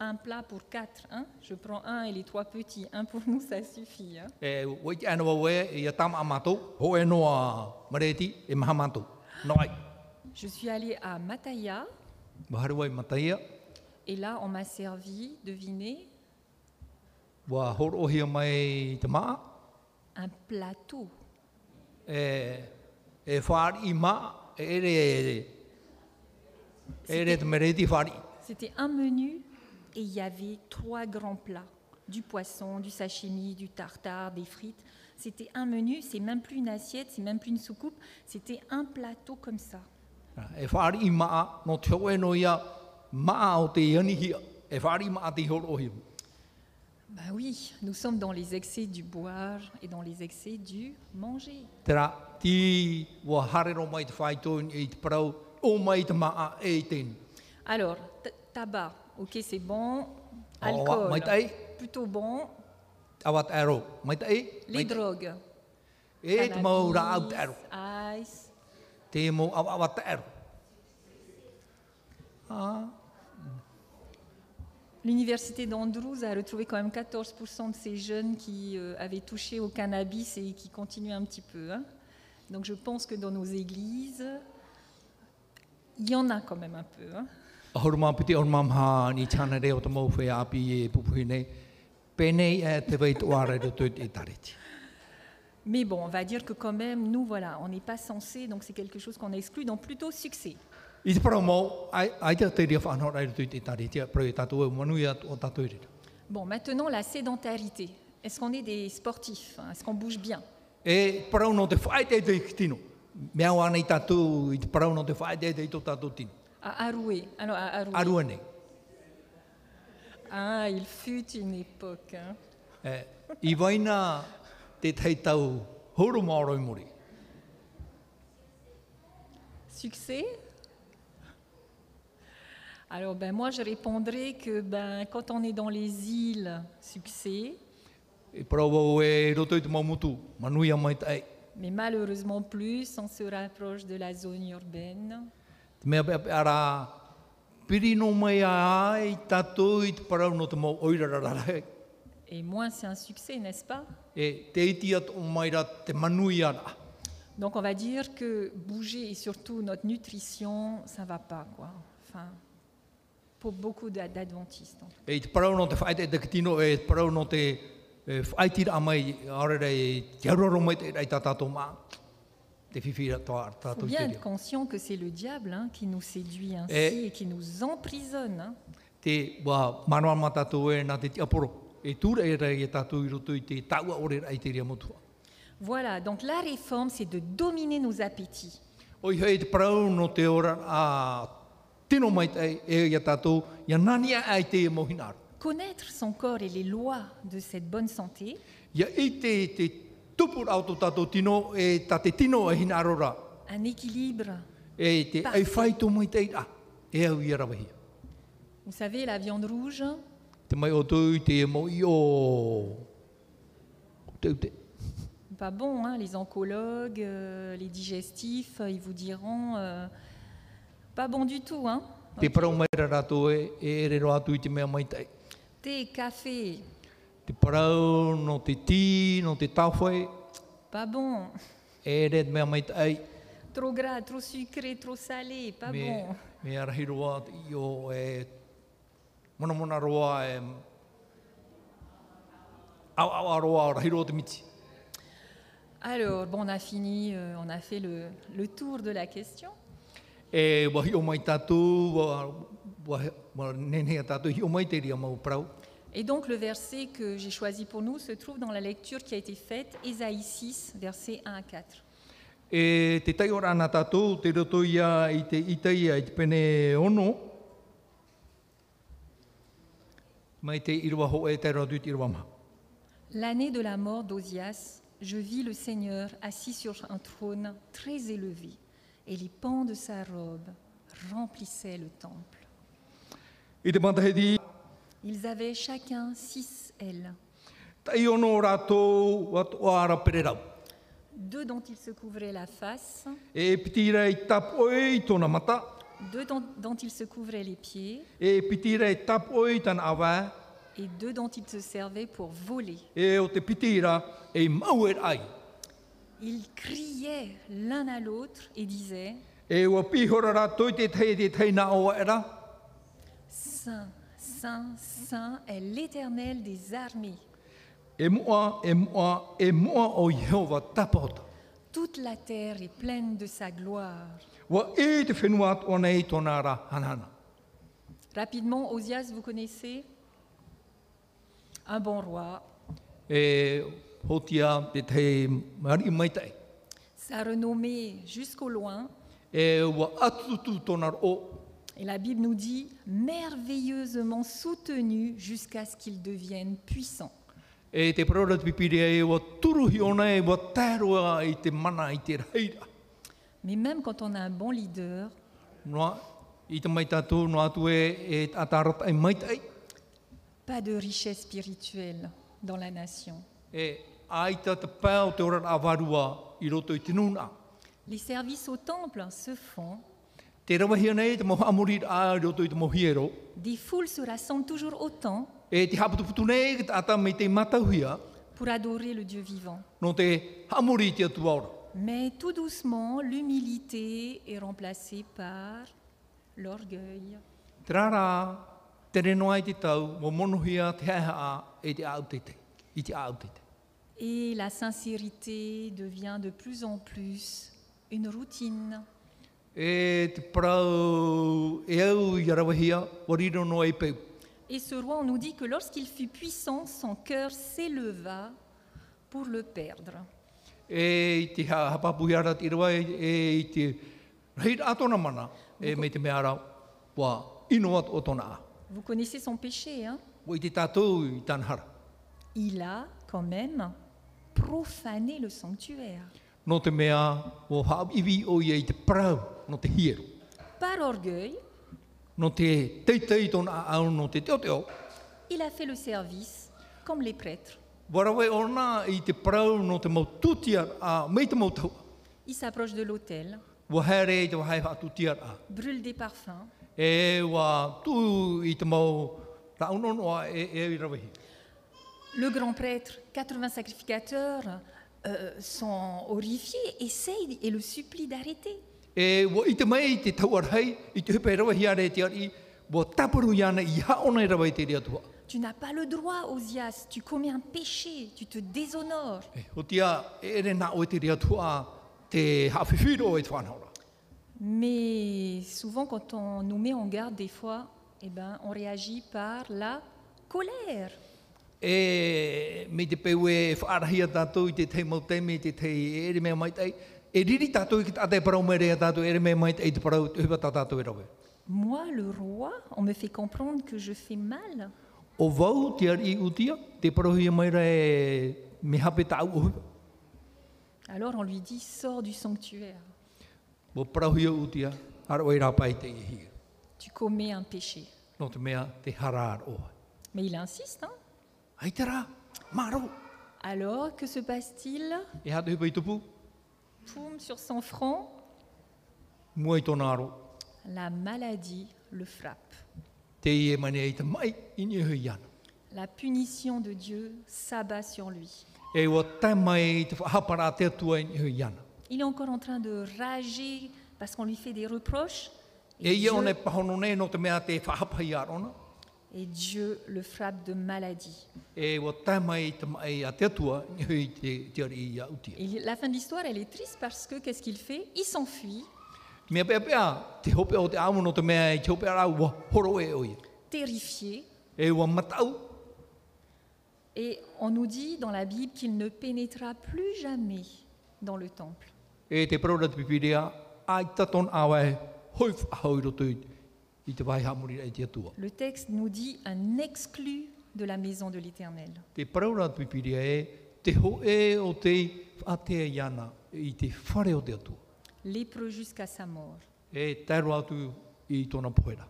un plat pour quatre. hein. je prends un et les trois petits. Un pour nous, ça suffit. hein. E, wai te ana wau e, e a tāma a mātou, ho e noa mareti, e maha mātou. No ai. Je suis allée à Mataya Wa hara wai mataia, et là, on m'a servi, devinez, wa horo hia mai te maa, un plateau. e, e e whāri mā, e ere, e ere te mereti whāri. C'était un menu et il y avait trois grands plats du poisson, du sashimi, du tartare, des frites. C'était un menu, c'est même plus une assiette, c'est même plus une soucoupe, c'était un plateau comme ça. E whāri mā, no te oe no ia, mā o te ianihia, e whāri mā te horo hio. Bah oui, nous sommes dans les excès du boire et dans les excès du manger. Tērā, tī wa harero mai te whaitoin e te parau, o mai te maa e tēnu. Alors, t- tabac, ok, c'est bon. Oh, ouais, Alcool, mais t'as- plutôt bon. Awa te aro, mai te e, Les mai te drogues. e te mau rā au te aro. cannabis, ice. Te mo awa awa te aro. L'université d'Andrews a retrouvé quand même 14% de ces jeunes qui euh, avaient touché au cannabis et qui continuent un petit peu. hein. Donc je pense que dans nos églises, il y en a quand même un peu. hein. Ahorma piti ahorma mha ni chana reo te mau whea api e pupuhi nei. Penei e te vei tuare re tuit i tariti. Mais bon, on va dire que quand même, nous, voilà, on n'est pas censé, donc c'est quelque chose qu'on exclut, donc plutôt succès. I te parau mau, ai, ai te te rea whanau re tuit i tariti. Pro e tatu e manu ia o tatu i rira. Bon, maintenant, la sédentarité. Est-ce qu'on est des sportifs hein Est-ce qu'on bouge bien E parau no te whae te te tino. Mea o anei tatu, i te parau no te whae te te i tō tatu tino. À Aroué. Alors, à Aroué. Arua nei. Ah, il fut une époque. hein. E, I waina te teitau horo maoroi muri. Succès Alors, ben, moi, je répondrai que ben, quand on est dans les îles, succès. E parau e roto i te maumutu, manu ia mai tai. Mais malheureusement, plus on se rapproche de la zone urbaine. Te mea pe ara piri no mai a ai tatou i te parau no te mau oirarararai. Et moins c'est un succès, n'est-ce pas E te iti atu o mai ra te manui ara. Donc on va dire que bouger et surtout notre nutrition, ça va pas quoi. Enfin, pour beaucoup d'a- d'adventistes. en fait. E i te parau no te whaite e te kitino e te parau no te e, whaitira a mai arere e te aroro mai te rei tā tatou mā. Te whiwhira tō ar Il faut tatou te bien être reo. conscient que c'est le diable hein, qui nous séduit ainsi Eh. et, qui nous emprisonne. hein. Te wā manoa mā tatou e nā te ti aporo. E tūra e rei e tatou i roto i te taua ore rei te rea motua. Voilà, donc la réforme, c'est de dominer nos appétits. Oi hei te parau no te ora a tino mai tai e ia tātou, ia nania ai te e mohina aru. Connaître son corps et les lois de cette bonne santé, Ia i te, te tupur au tō tātou tino e tā te tino e hina aru rā. un équilibre. E te ai whai tō mai tai rā, e au ia rawa hia. Vous savez, la viande rouge, Te mai o tō i te e mo i o... Te ute. pas bon, hein, les oncologues, euh, les digestifs, ils vous diront euh, pas bon du tout. Hein. Te parau mai rā rātou e, e ere rā atu i te mea mai tai. Thé, café, Te parau no te tī, no te tawhai, pas bon. e ere te mea mai tai. Trop gras, trop sucré, trop salé, pas me, bon. Me arahi roa i o e mona mona roa e au au a roa o rahi roa te miti. Alors, bon, on a fini, euh, on a fait le, le tour de la question. E wahi o mai tātou, wa, wa, wa nenea tātou, hi o mai te ria mau parau. Et donc, le verset que j'ai choisi pour nous se trouve dans la lecture qui a été faite, Ésaïe 6, versets 1 à 4. E te tai ora ana tātou, te roto ia i te itai ai te pene ono. Mai te irua ho e te rotu te irua maha. L'année de la mort d'Ozias, je vis le Seigneur assis sur un trône très élevé, et les pans de sa robe remplissaient le temple. I te pantahedi, Ils avaient chacun six ailes, tai ono rātou, watu ara pere rau. deux dont ils se couvraient la face, E pitira i tapo e i tōna mata, deux dont, dont ils se couvraient les pieds, e pitira i tapo e i tana awa, et deux dont ils se servaient pour voler. e o te pitira e mau e ai. Ils criaient l'un à l'autre et disaient E ua pihora rātou i te tei te tei nā e o era, Saint, Saint, Saint est l'Éternel des armées. e mua, e mua, e mua o Jehova tapota. Toute la terre est pleine de sa gloire. Wa e te whenua tōna i tōna rā hanana. Rapidement, Osias, vous connaissez Un bon roi. E hotia te te mari maitai. Sa renommée jusqu'au loin. E ua atutu tōna o Et la Bible nous dit merveilleusement soutenu jusqu'à ce qu'il devienne puissant. E te parora te pipiri e wa turuhi ona e wa tērua i te mana i te reira. Mais même quand on a un bon leader, Noa, i te mai tātou, noa atu e, e atarata e maitai. pas de richesse spirituelle dans la nation. E aita te pēo te ora avarua i roto i te nuna. Les services au temple se font. Te rawahi ana e te moha amuri a i roto i te mohiero. Des foules se rassemblent toujours autant E te haputuputu nei ki te ata me te matauhia, pour adorer le Dieu vivant. no te amuri te atua ora. Mais tout doucement, l'humilité est remplacée par l'orgueil. Te rara, te renoa i te tau, mo monohia te haeha a e te au te te, i te au te te. Et la sincérité devient de plus en plus une routine. E te parau e au i arawahia, wariro no e peu. Et ce roi, on nous dit que lorsqu'il fut puissant, son cœur s'éleva pour le perdre. E i te ha- hapapu i ara te rawa e, e i te reit atona mana, e me te mea rau, wa ino atu o tona a. Vous connaissez son péché, hein Wa i te tātou i tanhara. Il a quand même profané le sanctuaire. No te mea, o hau iwi o ia i te parau, no te hiero. Par orgueil, No te teitei tona a au, no te teo teo. il a fait le service comme les prêtres. Warawe ona i te parau, no te maututia a, mei te mautau. Il s'approche de l'autel, Wa haere i te wahai hatutia a. brûle des parfums, E wā tū i te mau raunono a e, e i rawehi. Le grand prêtre, 80 sacrificateurs euh, sont horrifiés, essayent et le supplient d'arrêter. E wā i te mai i te tauarhei, i te hepe rawehi a re te ari, wā taparu i ana i haona i rawe te rea tua. Tu n'as pas le droit, Osias, tu commets un péché, tu te déshonores. E, o tia e ere nā o e te rea tua te hawhiwhiro e te whanaura. Mais souvent, quand on nous met en garde, des fois, eh ben, on réagit par la colère. E me te peu e whaarahia tātou i te tei mau tei me te tei e ere mea mai tei. E riri tātou i ki tātai parau mai rea tātou e ere mea mai tei te parau te hupa tā tātou e rawe. Moi, le roi, on me fait comprendre que je fais mal. O vau te ari utia, te parohia mai rea e me hape tāu o hupa. Alors on lui dit, sors du sanctuaire, Mo parahia utia, ara oi rā pai te ihi. tu commets un péché. No te mea te harar o. Mais il insiste. hein. Ai te rā, maro. Alors, que se passe-t-il E hatu hipa i tupu, Poum sur son front, mua i tōna aro. la maladie le frappe. Te i e mane i te mai, i ni hui ana. La punition de Dieu s'abat sur lui. E o tai mai i te whahapara te atua i ni hui ana. Il est encore en train de rager parce qu'on lui fait des reproches. E Et, ia Dieu, one pahono nei no te mea te whahapai arona. et Dieu le frappe de maladie. E o tai mai i te mai a te atua, i ni hui te, te ari i a utia. Et la fin de l'histoire, elle est triste parce que qu'est-ce qu'il fait Il s'enfuit, Mea pea pea, te hope o te amu no te mea i te hope ara ua horo e oi. terrifié. E ua matau, Et on nous dit dans la Bible qu'il ne pénétra plus jamais dans le temple. e te parora te pipiria, ai taton awai, hoi whahau i roto i i te vai hamuri e te atua. Le texte nous dit un exclu de la maison de l'Éternel. Te paraura te pipiria e, te ho e o te atea iana i te whare o te atua. lépreux jusqu'à sa mort. E tairo atu i tōna poera.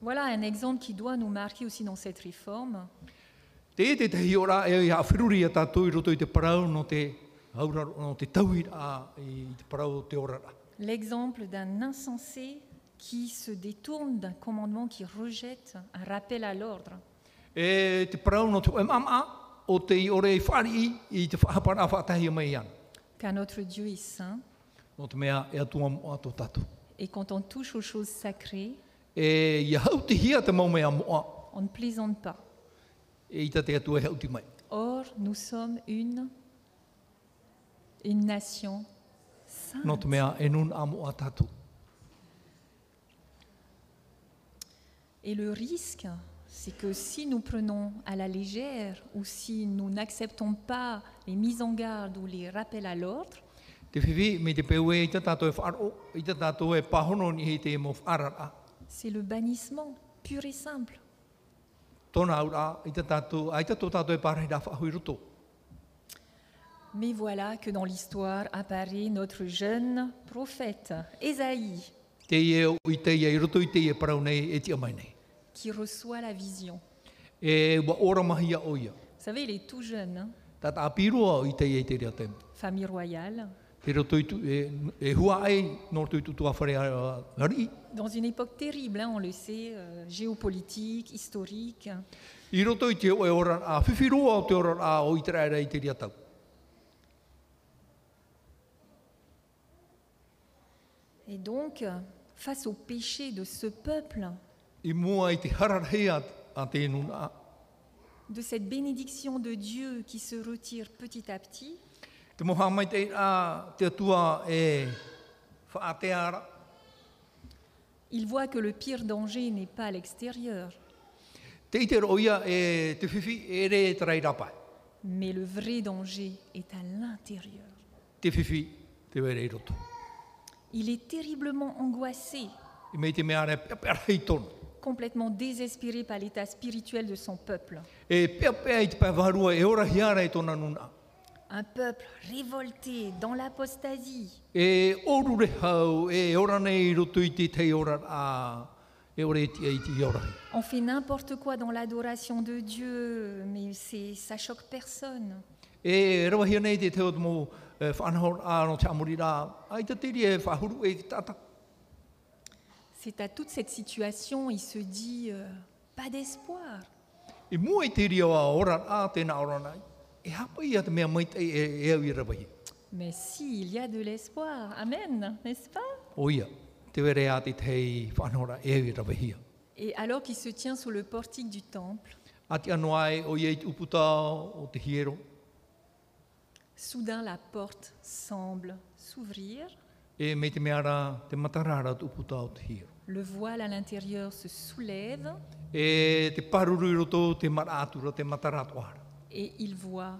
Voilà un exemple qui doit nous marquer aussi dans cette réforme. Te e te tehi ora e i awhiruri a tātou i roto i te parau no te, aura, no te tauira a i te parau o te orara. L'exemple d'un insensé qui se détourne d'un commandement qui rejette un rappel à l'ordre. E te parau no te oemama o te i ore i whare i i te whahapana whatahi mai iana. Car notre Dieu est saint No te mea e atua mo ato tātou. et quand on touche aux choses sacrées, E ia hau te hia te mau mea moa, on ne plaisante pas. e i te atua e hau te mai. Or, nous sommes une, une nation ça. no te mea e nun amo a tatu. Et le risque, c'est que si nous prenons à la légère ou si nous n'acceptons pas les mises en garde ou les rappels à l'ordre, Te whiwi me te peue i te tātou e whaaro, i te tātou e pahono ni hei te mo whaarara. c'est le bannissement pur et simple. Tōna ura, i te tātou, ai te tō tātou e pārei rā whahui roto. Mais voilà que dans l'histoire apparaît notre jeune prophète, Ésaïe, Te ie o i te ie, i roto i te ie parau nei e tia mai nei. qui reçoit la vision. E wa ora mahi a o ia. Vous savez, il est tout jeune, hein, Tata apiroa i te ie i te rea tēmu. famille royale, Te roto i tu, e, e hua ai, nō tu tu tua whare a- hari. dans une époque terrible, hein, on le sait, euh, géopolitique, historique. I roto i te oe ora a whiwhiroa o te ora a o i te raera i te rea tau. Et donc, euh, face au péché de ce peuple, I mua i te hararhea a tēnun a. de cette bénédiction de Dieu qui se retire petit à petit, Te moha mai te a te atua e whaateara. il voit que le pire danger n'est pas à l'extérieur, Te ite roia e te whiwhi e re e tarai rapai. mais le vrai danger est à l'intérieur. Te whiwhi te were i roto. Il est terriblement angoissé, I mei te mea re pia pia rei tonu. complètement désespéré par l'état spirituel de son peuple. E pia pia i te pāwarua e ora hiara e tōna nuna. Un peuple révolté dans l'apostasie, E oru re hau e ora nei i roto i te tei ora a e ora e tia i te ora hi. on fait n'importe quoi dans l'adoration de Dieu, mais c'est ça choque personne. E rawa hia nei te teo tamo e, whanahor a no te amori rā. Ai te tiri e whahuru e tata. C'est à toute cette situation, il se dit euh, pas d'espoir. I mua i te ria wā ora a tēnā ora nei. E hapa ia te mea mai te e, e au i rawa hia. Mais si, il y a de l'espoir. Amen, n'est-ce pas O ia, te were a te tei whanahora e au i rawa hia. Et alors qu'il se tient sous le portique du temple, A te anu ai o ia i te uputa o te hiero. soudain la porte semble s'ouvrir, E me te mea rā te matarara te uputa o te hiero. le voile à l'intérieur se soulève E te paruru i roto te maratura te mataratoara. et il voit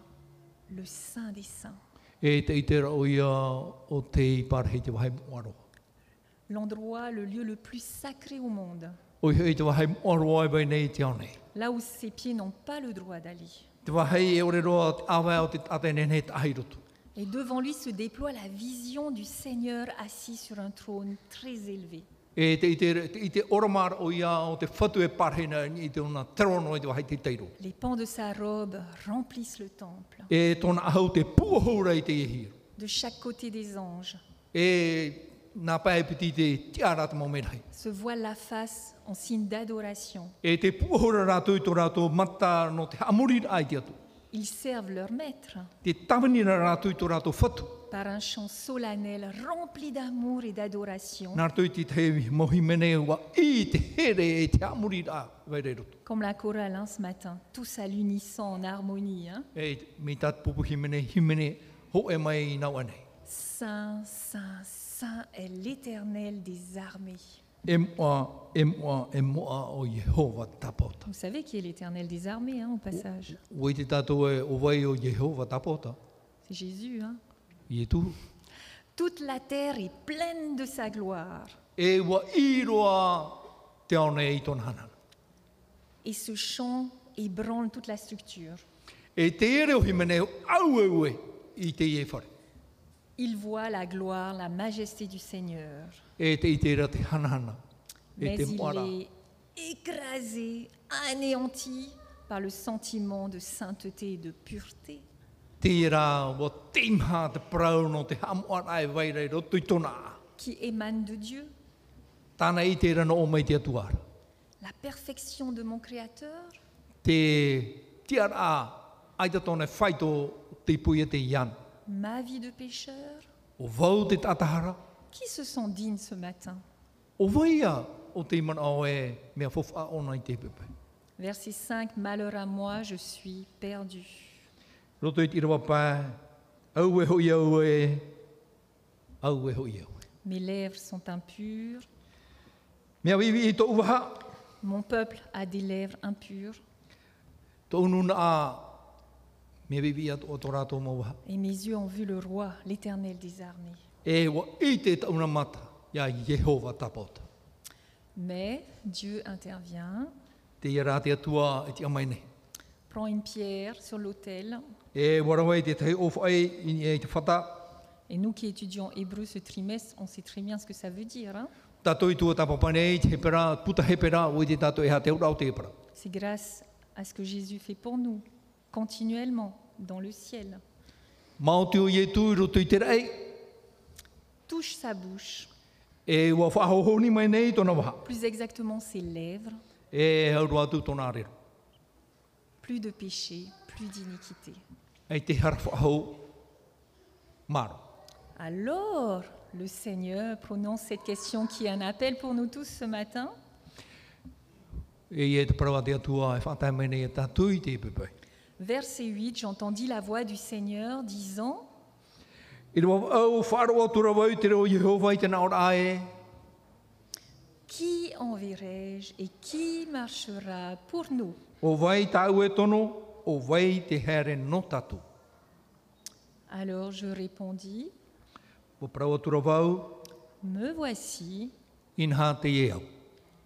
le Saint des Saints, E te itera o ia o te parhei te wahai moaroa. l'endroit, le lieu le plus sacré au monde, O hei te wahai moaroa e vai nei te ao nei. là où ses pieds n'ont pas le droit d'aller. Te wahai e ore roa te awa o te tate nenei te ahi roto. Et devant lui se déploie la vision du Seigneur assis sur un trône très élevé. E te ite, te ite oramara o ia o te whatu e parhena ni i te ona terono e te wahai te teiro. Les pans de sa robe remplissent le temple. E tona ahau te puahoura i te ihi. de chaque côté des anges, E nā pai piti te tiara te momerai. se voile la face en signe d'adoration. E te puahoura rātou i tō rātou mata no te amuri ai te atu. Ils servent leur maître Te tawanira rātou i tō rātou whatu. par un chant solennel rempli d'amour et d'adoration, Nā rātou i te te mohimene ua i te here e te amuri rā vairei roto. comme la chorale hein, ce matin, tous à l'unisson en harmonie. hein. E me tātu pupu himene himene ho e mai i nau anei. Saint, Saint, Saint est l'Éternel des armées. E moa, e moa, e moa o Yehova tapota. Vous savez qui est l'Éternel des armées, hein, au passage Oi te tātou e o vai o Yehova tapota. C'est Jésus. hein. I e tūru. Toute la terre est pleine de sa gloire. E ua i roa te ao nei i tōna hanana. Et ce chant ébranle toute la structure. E te ere o himene au au e i te i e whare. Il voit la gloire, la majesté du Seigneur, E te i te ira te hanahana. E mais te il moara. est écrasé, anéanti par le sentiment de sainteté et de pureté. Te ira o timha te prau no te hamoara e vairei roto i tōna a. qui émane de Dieu, Tāna i te ira no o mai te atuara. la perfection de mon Créateur, Te tiara a aita tōna whaito te pui e te ian. ma vie de pécheur. O vau te tatahara. Qui se sent digne ce matin O vaia o te iman au e mea fofa ona i te pepe. Verset 5, Malheur à moi, je suis perdu. Roto i te irawa pā, au e hoi au e, au e hoi au. Mes lèvres sont impures. Mea wiwi i tō uaha, Mon peuple a des lèvres impures. tō ununa a, mea wiwi a tō tō rātō mō uaha. Et mes yeux ont vu le roi, l'éternel des armées. E wa i te tauna mata, ia Yehova tapauta. Mais Dieu intervient, Te ia rā te atua i te amai nei. prend une pierre sur l'autel. E warawai te tei ofa ai i ni e te whata, Et nous qui étudions hébreu ce trimestre, on sait très bien ce que ça veut dire. hein. tātou i tua tapapane ei te hepera, puta hepera, o i te tātou e hā te urau te hepera. C'est grâce à ce que Jésus fait pour nous, continuellement, dans le ciel. Mauti o Ietu i e roto i te rei, Touche sa bouche, e ua whahohoni mai nei tōna waha. plus exactement ses lèvres, E hauru atu tōna arero. plus de péché, plus d'iniquité. Ei te harfa hau maro. Alors, le Seigneur prononce cette question qui est un appel pour nous tous ce matin. E ia te parawa te atua e whatai mai nei e tātou i te pepe. Verset 8, j'entendis la voix du Seigneur disant, I rwa au wharoa tura wau te reo Yehova i te naora ae. Qui enverrai-je et qui marchera pour nous O vai tāu e tono, o vai te here no tātou. Alors je répondis, O parawa tura wau, Me voici, inha te e au.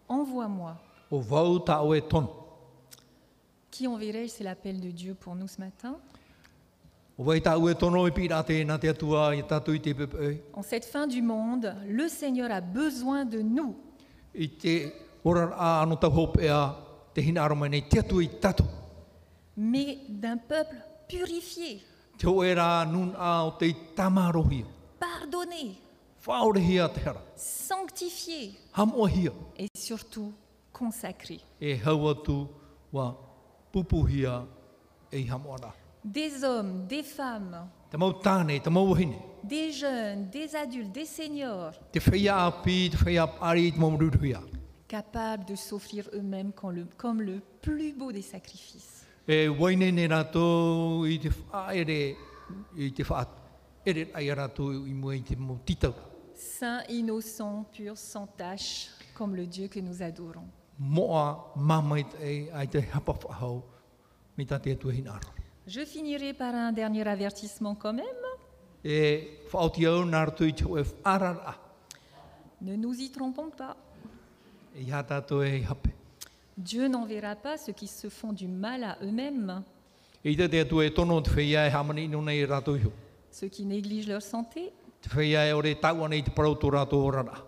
envoie-moi. O vau tāu e tono. Qui enverrai-je C'est l'appel de Dieu pour nous ce matin. O vai tāu e tono i pira te nā te atua i tātou i te pepe. En cette fin du monde, le Seigneur a besoin de nous. I te orar a ano tau hope a te hina aroma nei te atu i tātou. mais d'un peuple purifié, Te oe rā nun a o te tamarohia. pardonné, Whaorehia te hara. sanctifié Hamohia. et surtout consacré. e hau atu wa pupuhia e hamoara. Des hommes, des femmes, Te mau tāne, te mau wahine, des jeunes, des adultes, des seniors, te whaia api, te whaia ari, te mau ruruhia. capables de s'offrir eux-mêmes comme le, comme le plus beau des sacrifices. E waine ne rātou i te whaere, i te wha ere ai rātou i mua i te mau titau. Saint, innocent, pur, sans tache, comme le Dieu que nous adorons. Moa mamait e ai te hapa whahau, mi tā te atu hina aro. Je finirai par un dernier avertissement quand même. E whaoti au nā rātou i te oe wharara, Ne nous y trompons pas. e hā tātou e hape. Dieu n'enverra pas ceux qui se font du mal à eux-mêmes, E tā te atu e tono te whaia e hamani ino nei rātou hiu. ceux qui négligent leur santé Te whaia e ore tau anei te parau tō rātou orara.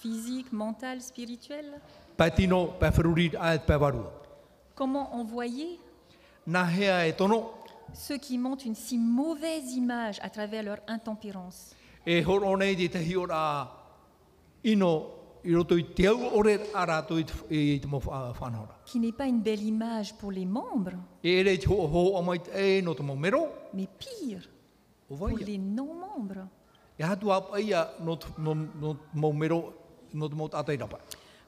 physique, mentale, spirituelle. Pai tino, pai whiruri ae pai warua. Comment envoyer Nā hea e tono, ceux qui montent une si mauvaise image à travers leur intempérance e horo nei te te hiora ino i roto i te au ore a rātou i te, i te mo wha- whanhora. qui n'est pas une belle image pour les membres, E ere i te ho ho amai te e no te mo mero, mais pire o pour vai. les non-membres. E hatu apaia no te no, no te mo mero, no te mo tātai rapa.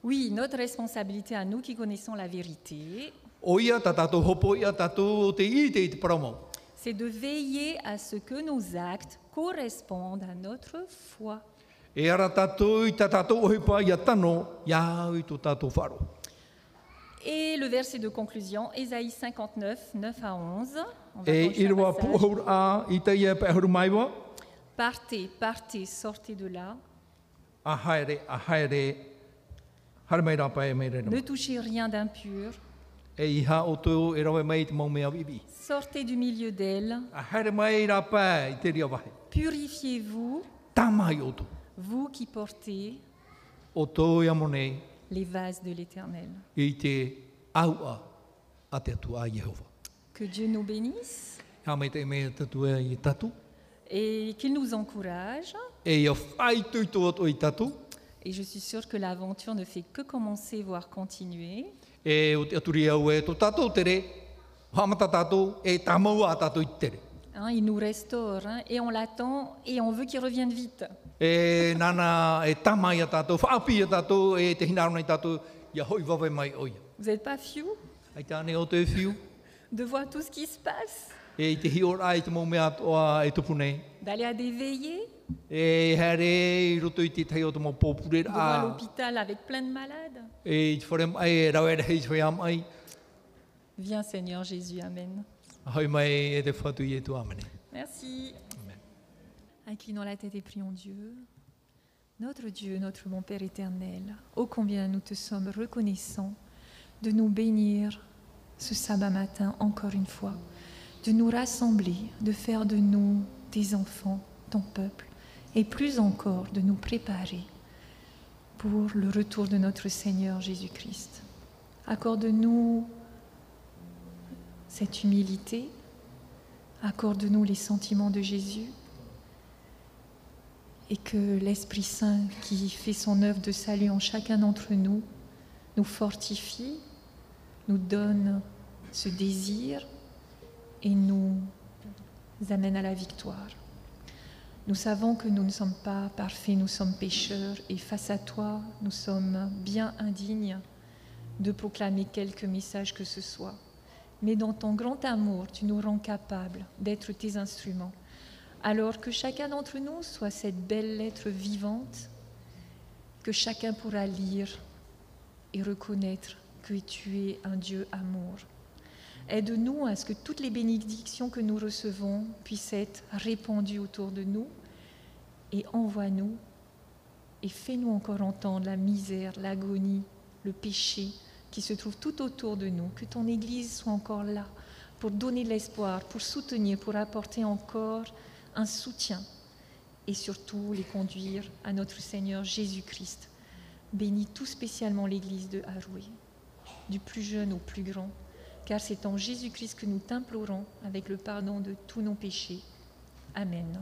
Oui, notre responsabilité à nous qui connaissons la vérité, O ia tā tātou hopo, ia tātou o te i te i te paramau. c'est de veiller à ce que nos actes correspondent à notre foi. E ara tātou i tā tātou ohipa ia tano, ia au i tō tātou wharo. Et le verset de conclusion, Ésaïe 59, 9 à 11. On va E prendre ce i rua passage. puhur a i te ia pehuru maiwa, Partez, partez, sortez de là. a haere, a haere, hare mai rapa e mei rena. Ne touchez rien d'impur. E i ha o tō e rawe mai te mau mea vivi. Sortez du milieu d'elle. A haere mai rapa i te ria wahe. Purifiez-vous, Tamai o tō. vous qui portez O tō i amonei les vases de l'Éternel. i te aua a te atua a Yehova. Que Dieu nous bénisse Ha mai te mea tatua i tatu. et qu'il nous encourage. E i a whai tui tō ato i tatu. Et je suis sûre que l'aventure ne fait que commencer, voire continuer. E o te aturi au e tō tātou tere. Hamata tātou e tamau a tātou i tere. Hein, il nous restaure hein, et on l'attend et on veut qu'il revienne vite. E nana e tama ia tātou, whaapi ia tātou, e te hinarona i tātou, ia hoi wawe mai oia. Vous n'êtes pas fiou Ai tāne o te whiu, de voir tout ce qui se passe, e i te hiora ai te mō mea toa e tupu nei, E d'aller à des veillées, えーやはりいろといてたよともポプレ devant ラ l'hôpital avec plein de malades. えーフォレムアイラウェルヘイファムアイ Viens Seigneur Jésus, Amen. ハイマイエデファトイエトアメネ Merci. Inclinons la tête et prions Dieu. Notre Dieu, notre bon Père éternel, ô combien nous te sommes reconnaissants de nous bénir ce sabbat matin encore une fois, de nous rassembler, de faire de nous tes enfants, ton peuple, et plus encore de nous préparer pour le retour de notre Seigneur Jésus-Christ. Accorde-nous cette humilité, accorde-nous les sentiments de Jésus, et que l'Esprit Saint qui fait son œuvre de salut en chacun d'entre nous nous fortifie, nous donne ce désir et nous amène à la victoire. Nous savons que nous ne sommes pas parfaits, nous sommes pécheurs et face à toi, nous sommes bien indignes de proclamer quelque message que ce soit. Mais dans ton grand amour, tu nous rends capables d'être tes instruments alors que chacun d'entre nous soit cette belle lettre vivante que chacun pourra lire et reconnaître que tu es un Dieu amour. Aide-nous à ce que toutes les bénédictions que nous recevons puissent être répandues autour de nous et envoie-nous et fais-nous encore entendre la misère, l'agonie, le péché qui se trouve tout autour de nous. Que ton Église soit encore là pour donner de l'espoir, pour soutenir, pour apporter encore un soutien et surtout les conduire à notre Seigneur Jésus-Christ. Bénis tout spécialement l'Église de Haroué, du plus jeune au plus grand, car c'est en Jésus-Christ que nous t'implorons avec le pardon de tous nos péchés. Amen.